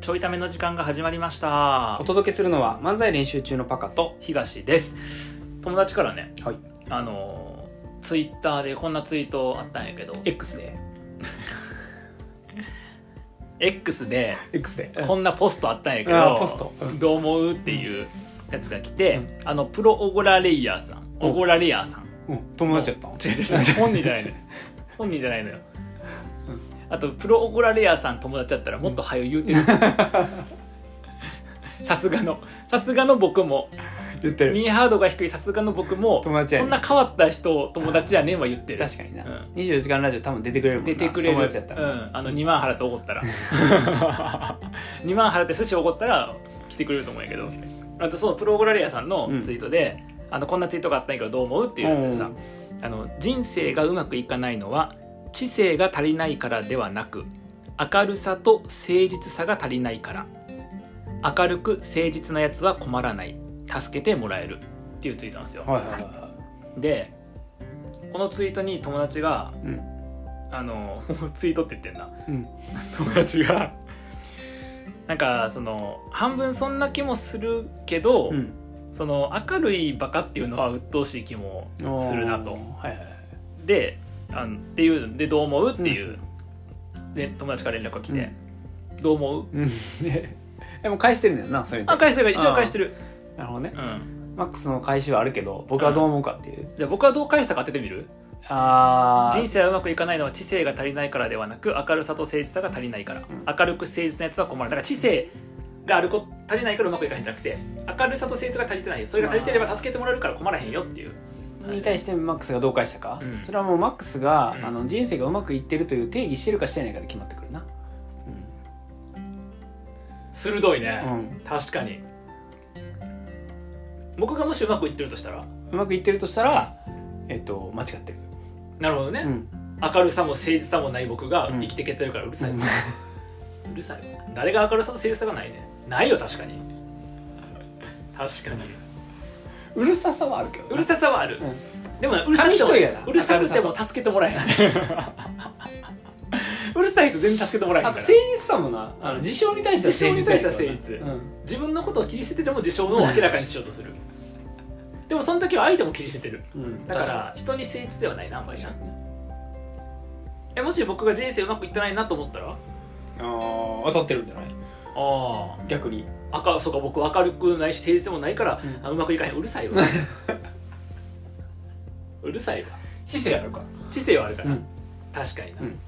ちょいための時間が始まりましたお届けするのは漫才練習中のパカと東です友達からねはいあのーツイッターでこんなツイートあったんやけど X で X で X でこんなポストあったんやけあどーポストうんどう思うっていうやつが来て、うんあのプロオゴラレイヤーさんおオゴラレイヤーさんうん友達やったの違う違う違う本人じゃないのよ本人じゃないのよ、うんあとプロオゴラレアさん友達だったらもっと早よ言う てるさすがのさすがの僕も 言ってるミーハードが低いさすがの僕も友達やそねんな変わった人を友達やねんは言ってる確かにな、うん24時間ラジオ多分出てくれるもんな出てくれる友達やったら、うん、あの2万払っておごったら 2万払って寿司おごったら来てくれると思うんやけどあとそのプロゴラリアさんのツイートで、あのこんなツイートがあったんやけどどう思うっていうやつでさ、あの人生がうまくいかないのは知性が足りないからではなく明るさと誠実さが足りないから明るく誠実なやつは困らない助けてもらえるっていうツイートなんですよ、はいはいはいはでこのツイートに友達がいうんあの ツイートって言ってんなうん友達がなんかその半分そんな気もするけど、うんその明るいバカっていうのは鬱陶しい気もおーするなとはいはいはいであのっていうでどう思うっていう、で友達から連絡が来て、どう思ううんででも返してるんだよなそれにあ返してる一応返してる、なるほどねうん、マックスの返しはあるけど僕はどう思うかっていうじゃあ僕はどう返したか当ててみるああ人生はうまくいかないのは知性が足りないからではなく明るさと誠実さが足りないから、ん明るく誠実なやつは困るだから知性があるこ足りないからうまくいかないんじゃなくて明るさと誠実が足りてないそれが足りてれば助けてもらえるから困らへんよっていうに対してマックスがどう返したか、うんそれはもうマックスが、うんあの人生がうまくいってるという定義してるかしてないかで決まってくるな、鋭いね、うん確かに僕がもしうまくいってるとしたらうまくいってるとしたら、えっと、間違ってる、なるほどね、うん、明るさも誠実さもない僕がうん生きていけてるからうるさいわ、うるさいわ誰が明るさと誠実さがないねないよ確かに確かにうるささはあるけどうるささはある、でもうるさ紙くて一も重やなうるさくても助けてもらえへんうるさいと全然助けてもらあえとへんか誠ら実さもなあの事象に対しては事象に対しては誠や実からなうん自分のことを切り捨ててでも事象のを明らかにしようとするでもその時は相手も切り捨ててるうん、だから人に誠実ではないなあんまりじゃんえもし僕が人生うまくいってないなと思ったらああー当たってるんじゃないあ逆に赤そうか僕明るくないし誠実でもないから、ううんうまくいかへんうるさいわ うるさいわ知性あるか知性はあるからら、うん確かにな、うん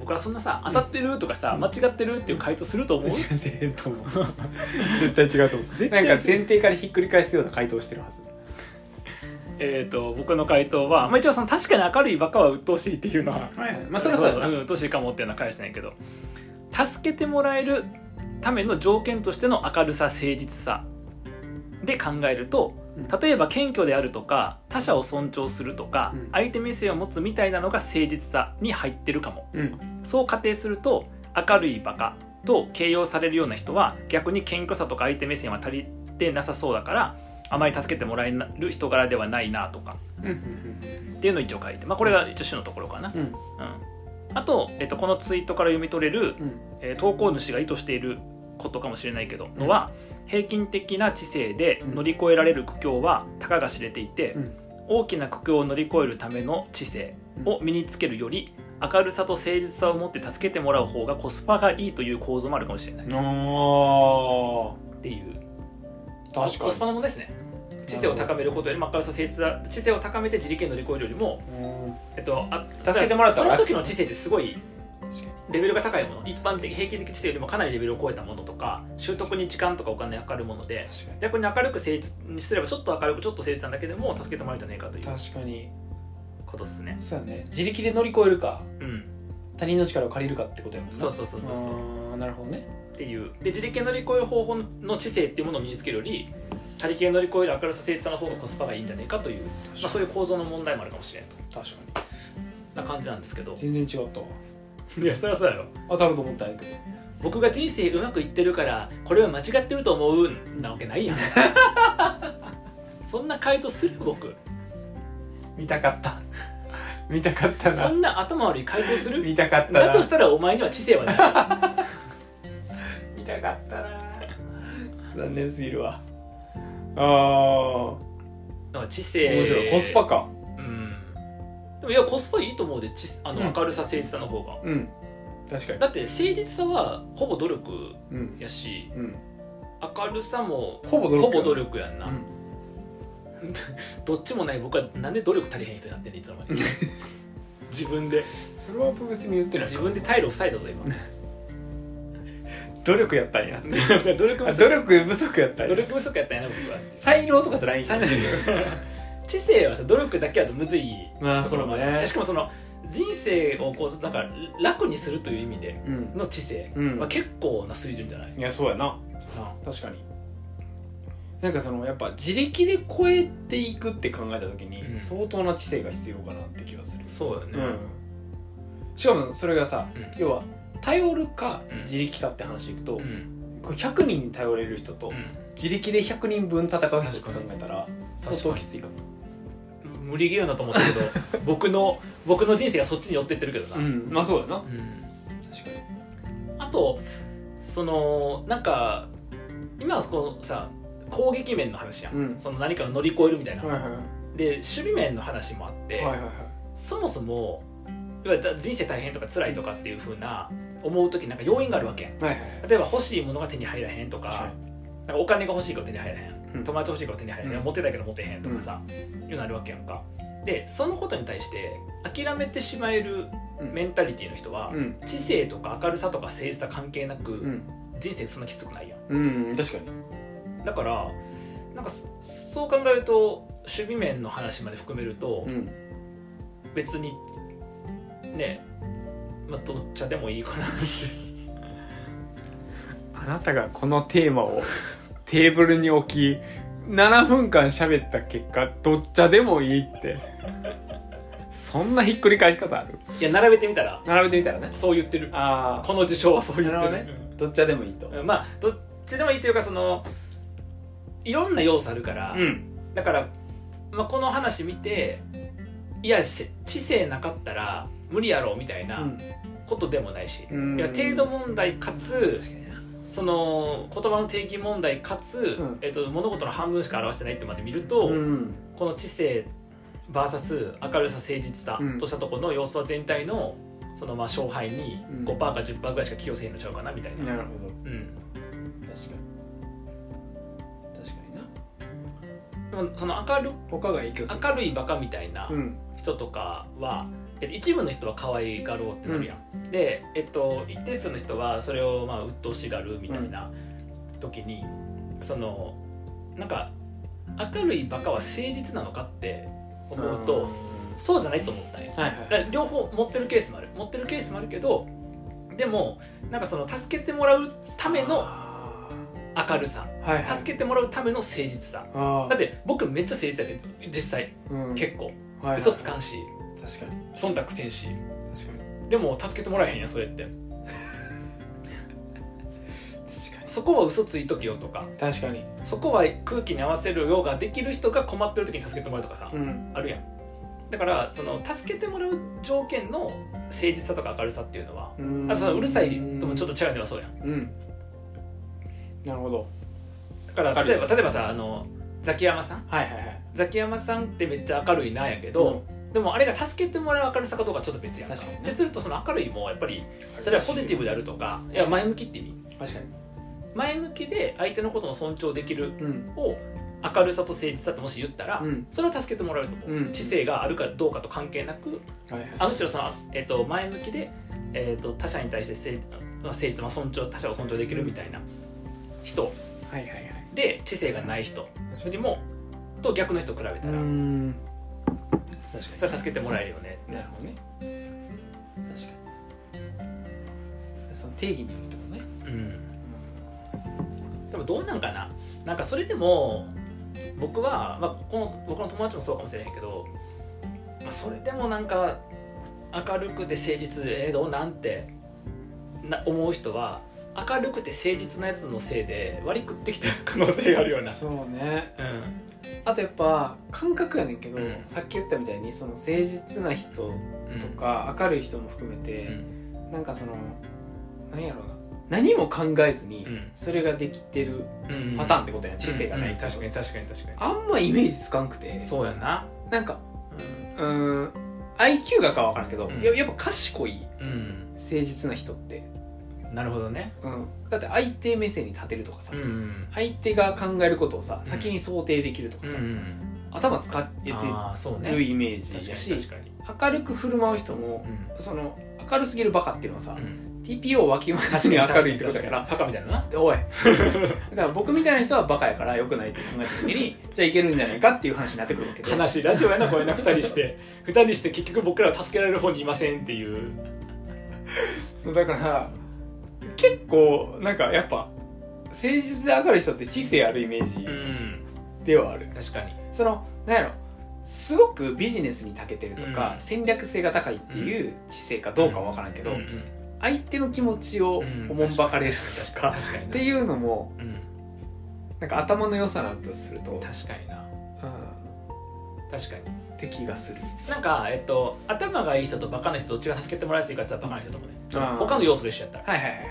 僕はそんなさ当たってるとかさ、間違ってるっていう回答すると思う全然と思う絶対違うと思うなんか前提からひっくり返すような回答してるはず えっと僕の回答は、まあ、一応その確かに明るいバカは鬱陶しいっていうのははい まあそれはそうだ なうん鬱陶しいかもっていうのは返したんやけど助けてもらえるための条件としての明るさ誠実さで考えるとうん例えば謙虚であるとか他者を尊重するとか、うん相手目線を持つみたいなのが誠実さに入ってるかもうんそう仮定すると明るいバカと形容されるような人は逆に謙虚さとか相手目線は足りてなさそうだからあまり助けてもらえる人柄ではないなとかうんっていうのを一応書いて、まあ、これが一応主のところかな、うんうんうん、あと、えっと、このツイートから読み取れる、うんえー投稿主が意図していることかもしれないけどのは平均的な知性で乗り越えられる苦境はたかが知れていて、うん大きな苦境を乗り越えるための知性を身につけるより明るさと誠実さを持って助けてもらう方がコスパがいいという構造もあるかもしれないっあていう確かコスパのにものですね知性を高めることよりも明るさ誠実さ知性を高めて自力で乗り越えるよりも、えっと、あ助けてもらったそらの時の知性ってすごいレベルが高いもの一般的平均的知性よりもかなりレベルを超えたものとか習得に時間とかお金がかかるもので確かに逆に明るく誠実にすればちょっと明るくちょっと誠実なだけでも助けてもらえるんじゃないかという確かにことですねそうやね自力で乗り越えるかうん他人の力を借りるかってことやもんなそうそうそうそうそうあーなるほどねっていうで自力で乗り越える方法の知性っていうものを身につけるより他力で乗り越える明るさ誠実さの方がコスパがいいんじゃないかという、まあ、そういう構造の問題もあるかもしれないと確かな感じなんですけどに全然違ったわいやそりゃそうやろ当たると思ったんやけど僕が人生うまくいってるからこれは間違ってると思うなわけないやんそんな回答する僕見たかった 見たかったそなんな頭悪い回答する見たかったなだとしたらお前には知性はない見たかったな残念すぎるわあだ から知ー性面白い、コスパかうんでもいやコスパいいと思うで知あのうん明るさ誠実さの方が、うん確かにだって誠実さはほぼ努力うん、やしうん、明るさもほぼ努力ほぼ努力やんな、うんどっちもない僕はなんで努力足りへん人になってんねんいつの 間に自分でそれは別に言ってない自分で退路塞いだぞ今 努力やったんや努力あ不足努力不足やったん努や力不足やったんやな僕は才能とかじゃないんや才能 知性はさ努力だけはとむずいまあそうねしかもその人生をこうなんか楽にするという意味でうん、の知性、うんまあ、結構な水準じゃないいやそうやなな確かになんかそのやっぱ自力で超えていくって考えた時に、うん相当な知性が必要かなって気がする、そうよね、しかもそれがさ、うん要は頼るかうん自力かって話でいくと、うんこれ100人に頼れる人と、う自力で100人分戦う人って考えたら相確か当にきついかもん、無理ゲーだと思ったけど 僕の僕の人生がそっちに寄ってってるけどな、んまあそうやなうん確かあとそのなんか今はこうさ攻撃面の話やん、うんその何かを乗り越えるみたいな、はいはいはで守備面の話もあって、いはいはいはいそもそもいわゆる人生大変とか辛いとかっていうふうな思う時なんか要因があるわけはいはい例えば欲しいものが手に入らへんとか確かなんかお金が欲しいから手に入らへん、うん友達欲しいから手に入らへん、うん持ってたけど持てへんとかさ、いうのあるわけやんかでそのことに対して諦めてしまえるうんメンタリティの人は、うん知性とか明るさとか誠実さ関係なく、うん人生そんなきつくないやんうん確かにだからなんかそそう考えると守備面の話まで含めると、うん別にねまあどっちでもいいかなって あなたがこのテーマを テーブルに置き7分間喋った結果どっちゃでもいいってそんなひっくり返し方あるいや並べてみたら並べてみたらねそう言ってるあこの事象はそう言ってなるほるどねどっちゃでもいいとうんまあどっちでもいいというかそのいろんな要素あるから、んだから、まあ、この話見ていやせ知性なかったら無理やろみたいなことでもないし、うんいや程度問題かつその言葉の定義問題かつ、うんえっと、物事の半分しか表してないってまで見ると、うんこの知性 VS 明るさ誠実さうんとしたところの要素は全体のそのまあ勝敗にうん5%か10%ぐらいしか寄与せへんのちゃうかなみたいな、なるほうん、ど確かに確かになでもその明る他が影響する明るいバカみたいなうん人とかは、えっと一部の人は可愛がろうってなるやん、で、えっと、一定数の人はそれをまあ鬱陶しがるみたいな時に、そのなんか明るいバカは誠実なのかって思うと、そうじゃないと思ったんよはいだはかいら両方持ってるケースもある持ってるケースもあるけどでもなんかその助けてもらうためのあ明るさーはいはい助けてもらうための誠実さあだって僕めっちゃ誠実やで実際結結構構嘘つかんんし確かに忖度せんし確かにでも助けてもらえへんやんそれって確かそこは嘘ついときよとかに確かにそこは空気に合わせるようができる人が困ってる時に助けてもらうとかさ、うんあるやんだからその助けてもらう条件の誠実さとか明るさっていうのはあとそのうるさいともちょっと違うのはそうやんうんなるほどだか明らるい例えば例えばさあのザキヤマさんはいはいはいザキヤマさんってめっちゃ明るいなやけど、でもあれが助けてもらう明るさかどうかちょっと別やんか確かにねでするとその明るいもやっぱり例えばポジティブであるとかいや前向きって意味確かに前向きで相手のことを尊重できるうんを明るさと誠実さともし言ったら、うんそれを助けてもらえると思う、うん知性があるかどうかと関係なくはいはいあむしろその、えっと前向きで、えっと他者に対して誠まあ誠実、まあ、尊重他者を尊重できるみたいな人はいはいはいで知性がない人よりもと逆の人を比べたら、ん確かそれは助けてもらえるよねになるほどね確かにその定義によるってことねでもどうなんかななんかそれでも僕は、まあ、この僕の友達もそうかもしれへんけど、まあ、それでもなんか明るくて誠実えー、どうなんてな思う人は明るくて誠実なやつのせいで割り食ってきた可能性があるようなそうねうんあとやっぱ感覚やねんけど、うんさっき言ったみたいにその誠実な人うんとか明るい人も含めうて、んなんかそのなんやろうな何も考えずにうんそれができてるうんパターンってことやん知性がない、うんうん確かに確かに確かにあんまイメージつかんくてそうやななんかうーん IQ がかは分からんけど、うんややっぱ賢いうん、誠実な人って、なるほどねうん、だって相手目線に立てるとかさ、ん相手が考えることをさうん先に想定できるとかうさ、ん頭使っあてーそうるねイメー確ジかやにし確かに明るく振る舞う人もう、んその明るすぎるバカっていうのはさ、うん TPO をわきまえず確にか明にるいってことだからパカみたいななでおい だから僕みたいな人はバカやからよくないって考えた時にじゃあいけるんじゃないかっていう話になってくるわけで悲しいラジオやなこれな2人して2人して結局僕らは助けられる方にいませんっていうそうだから結構なんかやっやっぱ誠実で明るい人って知性あるイメージんではある、確かにそのなんやろすごくビジネスに長けてるとか、うん戦略性が高いっていう知性かどうかは分からんけど、相手の気持ちをうんおもんばかれるとか、確かにっていうのもうんなんか頭の良さだとすると、うん、確かになっ確かにて気がするなんかえっと頭がいい人とバカな人どっちが助けてもらいやすいかって言ったらバカな人ともねあー他の要素で一緒やったらはいはいはい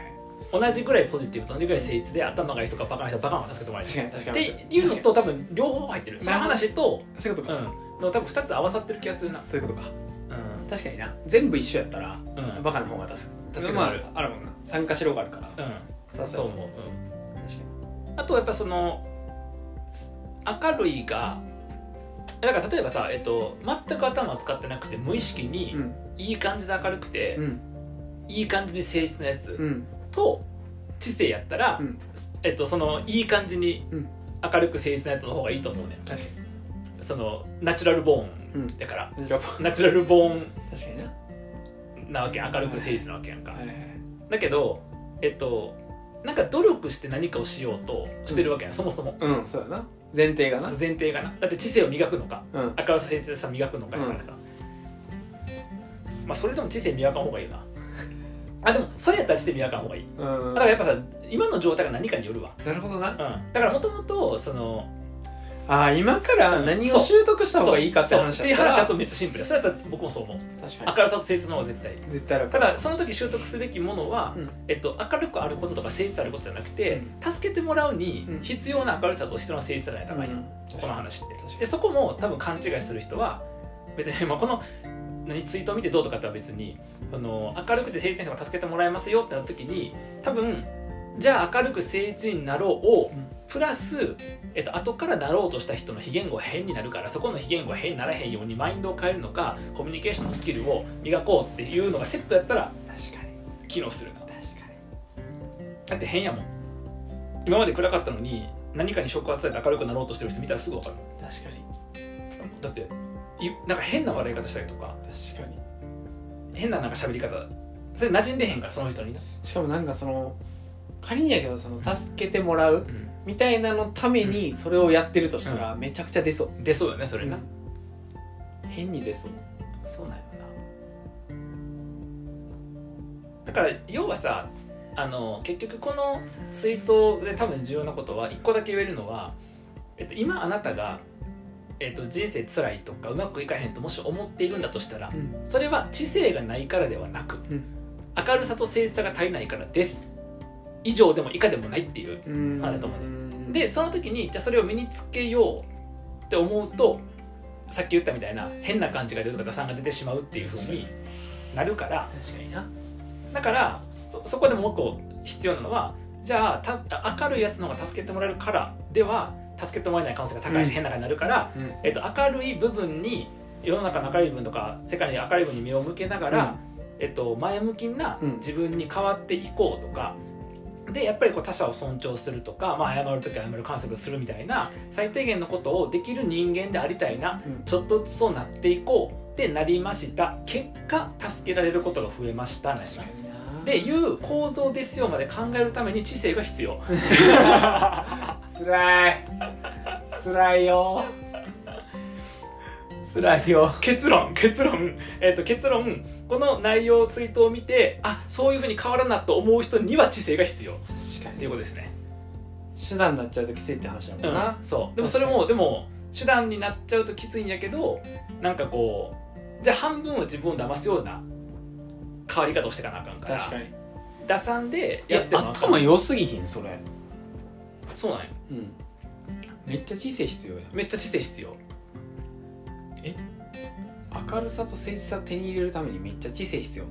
同じぐらいポジティブと同じぐらい誠実で頭がいい人かバカな人バカな方が助けてもらいや確すいかっに確かにていうのと多分両方入ってるその話とそういうこうとか、んの多分2つ合わさってる気がするなそういうことかう確かにな全部一緒やったら、うんバカな方が助か助けてもまあらえるあるもんな参加しろがあるから、んうんそそううそう思ううん確かにあとやっぱそのす明るいがだから例えばさ、えっと、全く頭を使ってなくて無意識にうんいい感じで明るくて、うんいい感じに誠実なやつうんと知性やったら、うんえっと、そのいい感じにうん明るく誠実なやつの方がいいと思うね確かそのナチュラルボーうンんだから、にラボナチュラルボー確かになはンなわけ明るく誠実なわけやんか、いはいだけどえっとなんか努力して何かをしようとしてるわけやん、そもそもうんそうやな前提がな前提がなだって知性を磨くのかうん明るさ誠実さ磨くのかやからさ、まあそれでも知性磨かん方がいいなあでもそれやったら知性磨かん方がいいうんだからやっぱさ今の状態が何かによるわ、なるほどう、なんだからもともとそのああ今から何を習得した方がいいかってそう話そうだってっいうたら話だとめっちゃシンプルやそれやったら僕もそう思う確明かるさと誠実の方が絶対いいに絶対楽ただその時習得すべきものは、うんえっと、明るくあることとか誠実あることじゃなくて、助けてもらうにうん必要な明るさと必要な誠実さがないとうん高い、確このか話って確かにでそこも多分勘違いする人は別に、まあ、この何ツイートを見てどうとかとは別にあの明るくて誠実な人が助けてもらえますよってなった時に多分じゃあ明るく誠実になろうをうんプラス、えっと後からなろうとした人の非言語は変になるからそこの非言語は変にならへんようにマインドを変えるのかコミュニケーションのスキルを磨こうっていうのがセットやったらに確かに機能するな確かにだって変やもん今まで暗かったのに何かに触発されて明るくなろうとしてる人見たらすぐ分かる確かにだっていなんか変な笑い方したりとか確かに変ななんか喋り方それ馴染んでへんからその人にな、しかもなんかその仮にやけどその助けてもらうみたいなのためにそれをやってるとしたらめちゃくちゃ出そう出そうよねそれな、うん変に出そうそうなんよなだから要はさあの結局このツイートで多分重要なことは一個だけ言えるのは、えっと、今あなたが、えっと、人生辛いとかうまくいかへんともし思っているんだとしたらうんそれは知性がないからではなく、うん明るさと誠実さが足りないからです以上でも以下でもないっていううんあだと思うねんでその時にじゃあそれを身につけようって思うとさっき言ったみたいな変な感じが出るとか打算が出てしまうっていうふうになるから確かになだからそそこでもう一個必要なのはじゃあた明るいやつの方が助けてもらえるからでは助けてもらえない可能性が高いし、うん変な感じになるから、うんえっと、明るい部分に世の中の明るい部分とか世界の明るい部分に目を向けながら、えっと、前向きなうん自分に変わっていこうとか。でやっぱりこう他者を尊重するとか、まあ、謝る時は謝る感謝するみたいな最低限のことをできる人間でありたいなうんちょっとずつそうなっていこうってなりました結果助けられることが増えましたね確かになでいう構造ですよまで考えるために知性が必要つらいつらいよ辛いよ結論結論、えっと結論この内容ツイートを見てあそういうふうに変わらなと思う人には知性が必要っ確かていうにことですね、手段になっちゃうときついって話だもんな、そうでもそれもでも手段になっちゃうときついんやけどなんかこうじゃあ半分は自分を騙すような変わり方をしてかなあかんから確かに打算でいややってもあかん頭良すぎひんそれそうなんようんめっちゃ知性必要やめっちゃ知性必 要明るさと誠実さを手に入れるためにめっちゃ知性必要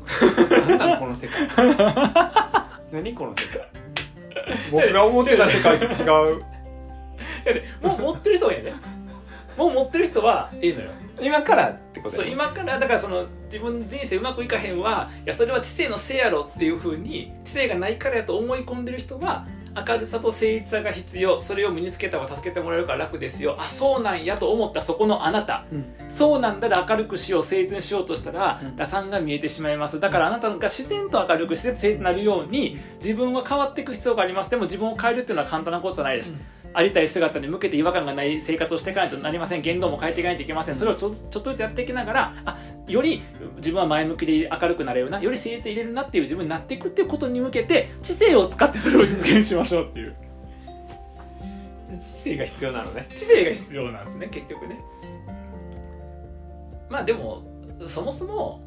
なのなんなんこの世界 何この世界僕が思ってた世界と違うだってもう持ってる人はええね もう持ってる人はいいのよ今からってことそう今からだからその自分の人生うまくいかへんはいやそれは知性のせいやろっていうふうに知性がないからやと思い込んでる人は明るさと誠実さが必要それを身につけた方が助けてもらえるから楽ですよあそうなんやと思ったそこのあなたうんそうなんだら明るくしよう誠実にしようとしたらうん打算が見えてしまいますだからあなたが自然と明るく自然と誠実になるように自分は変わっていく必要がありますでも自分を変えるっていうのは簡単なことじゃないです、ありたい姿に向けて違和感がない生活をしていかないとなりません言動も変えていかないといけませんそれをちょちょっとずつやっていきながらあより自分は前向きで明るくなれるなより誠実に入れるなっていう自分になっていくっていうことに向けて知性を使ってそれを実現しましょうっていう知性が必要なのね知性が必要なんですね結局ねまあでもそもそも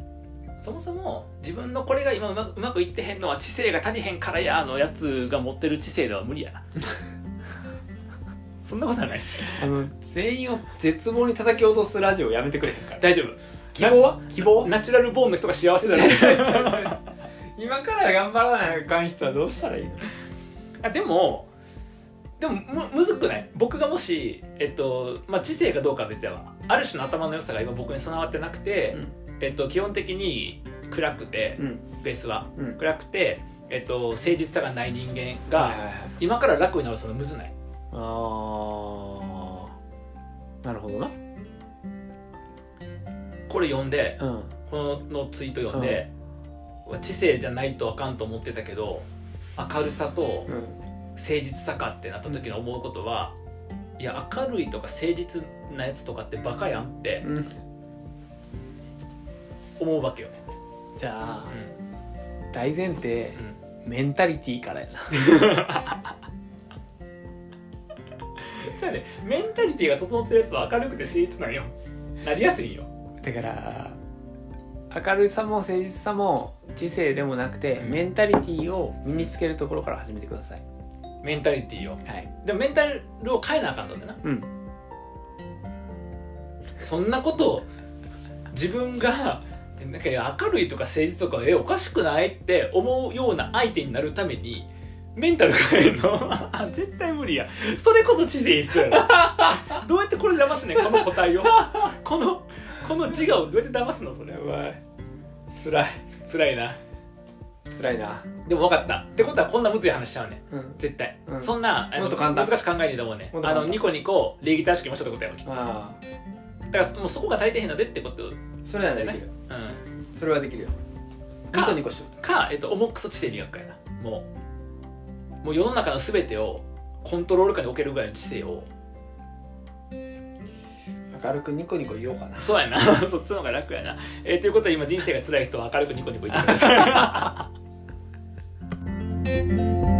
そもそも自分のこれが今うまうまくいってへんのは知性が足りへんからやのやつが持ってる知性では無理やな そんなことはないあの全員を絶望に叩き落とすラジオやめてくれへんから大丈夫希望は希望 ナチュラルボーンの人が幸せだろ今から頑張らない関してはどうしたらいいのあでもでもむむずくない僕がもし、えっとまあ、知性かどうかは別やわある種の頭の良さが今僕に備わってなくて、えっと、基本的に暗くて、うんベースは、うん暗くて、えっと、誠実さがない人間あが、今から楽になるそのむずないあーなるほどなこれ読んでうんこののツイート読んで、知性じゃないとあかんと思ってたけど明るさとうん誠実さかってなった時に思うことは、いや明るいとか誠実なやつとかってバカやんってうん思うわけよ、じゃあうん大前提う、メンタリティーからやなんじゃあねメンタリティが整ってるやつは明るくて誠実なんよなりやすいんよだから明るさも誠実さも知性でもなくて、うんメンタリティーを身につけるところから始めてくださいメンタリティをはいでもメンタルを変えなあかんのだなうんそんなことを自分がなんかいや明るいとか誠実とかえおかしくないって思うような相手になるためにメンタル変えるのあ 絶対無理やそれこそ知性必要やろどうやってこれ騙すねんこの個体をこのこの自我をどうやって騙すのそれやばい辛い辛いな辛いなでも分かったってことはこんなむずい話しちゃうねんうん絶対、うんそんなあのもっと簡単難しく考えないと思うねもっとあ簡単のニコニコ礼儀正しく言いましょうってことやもんきっとああだからもうそこが足りてへんのでってことうそれならできるよんそれはできるよかニコニコしよか、えっと、重くそ知性理学やなもうもう世の中の全てをコントロール下に置けるぐらいの知性をう明るくニコニコ言おうかなそうやな そっちの方が楽やな、えーということは今人生が辛い人は明るくニコニコ言ってください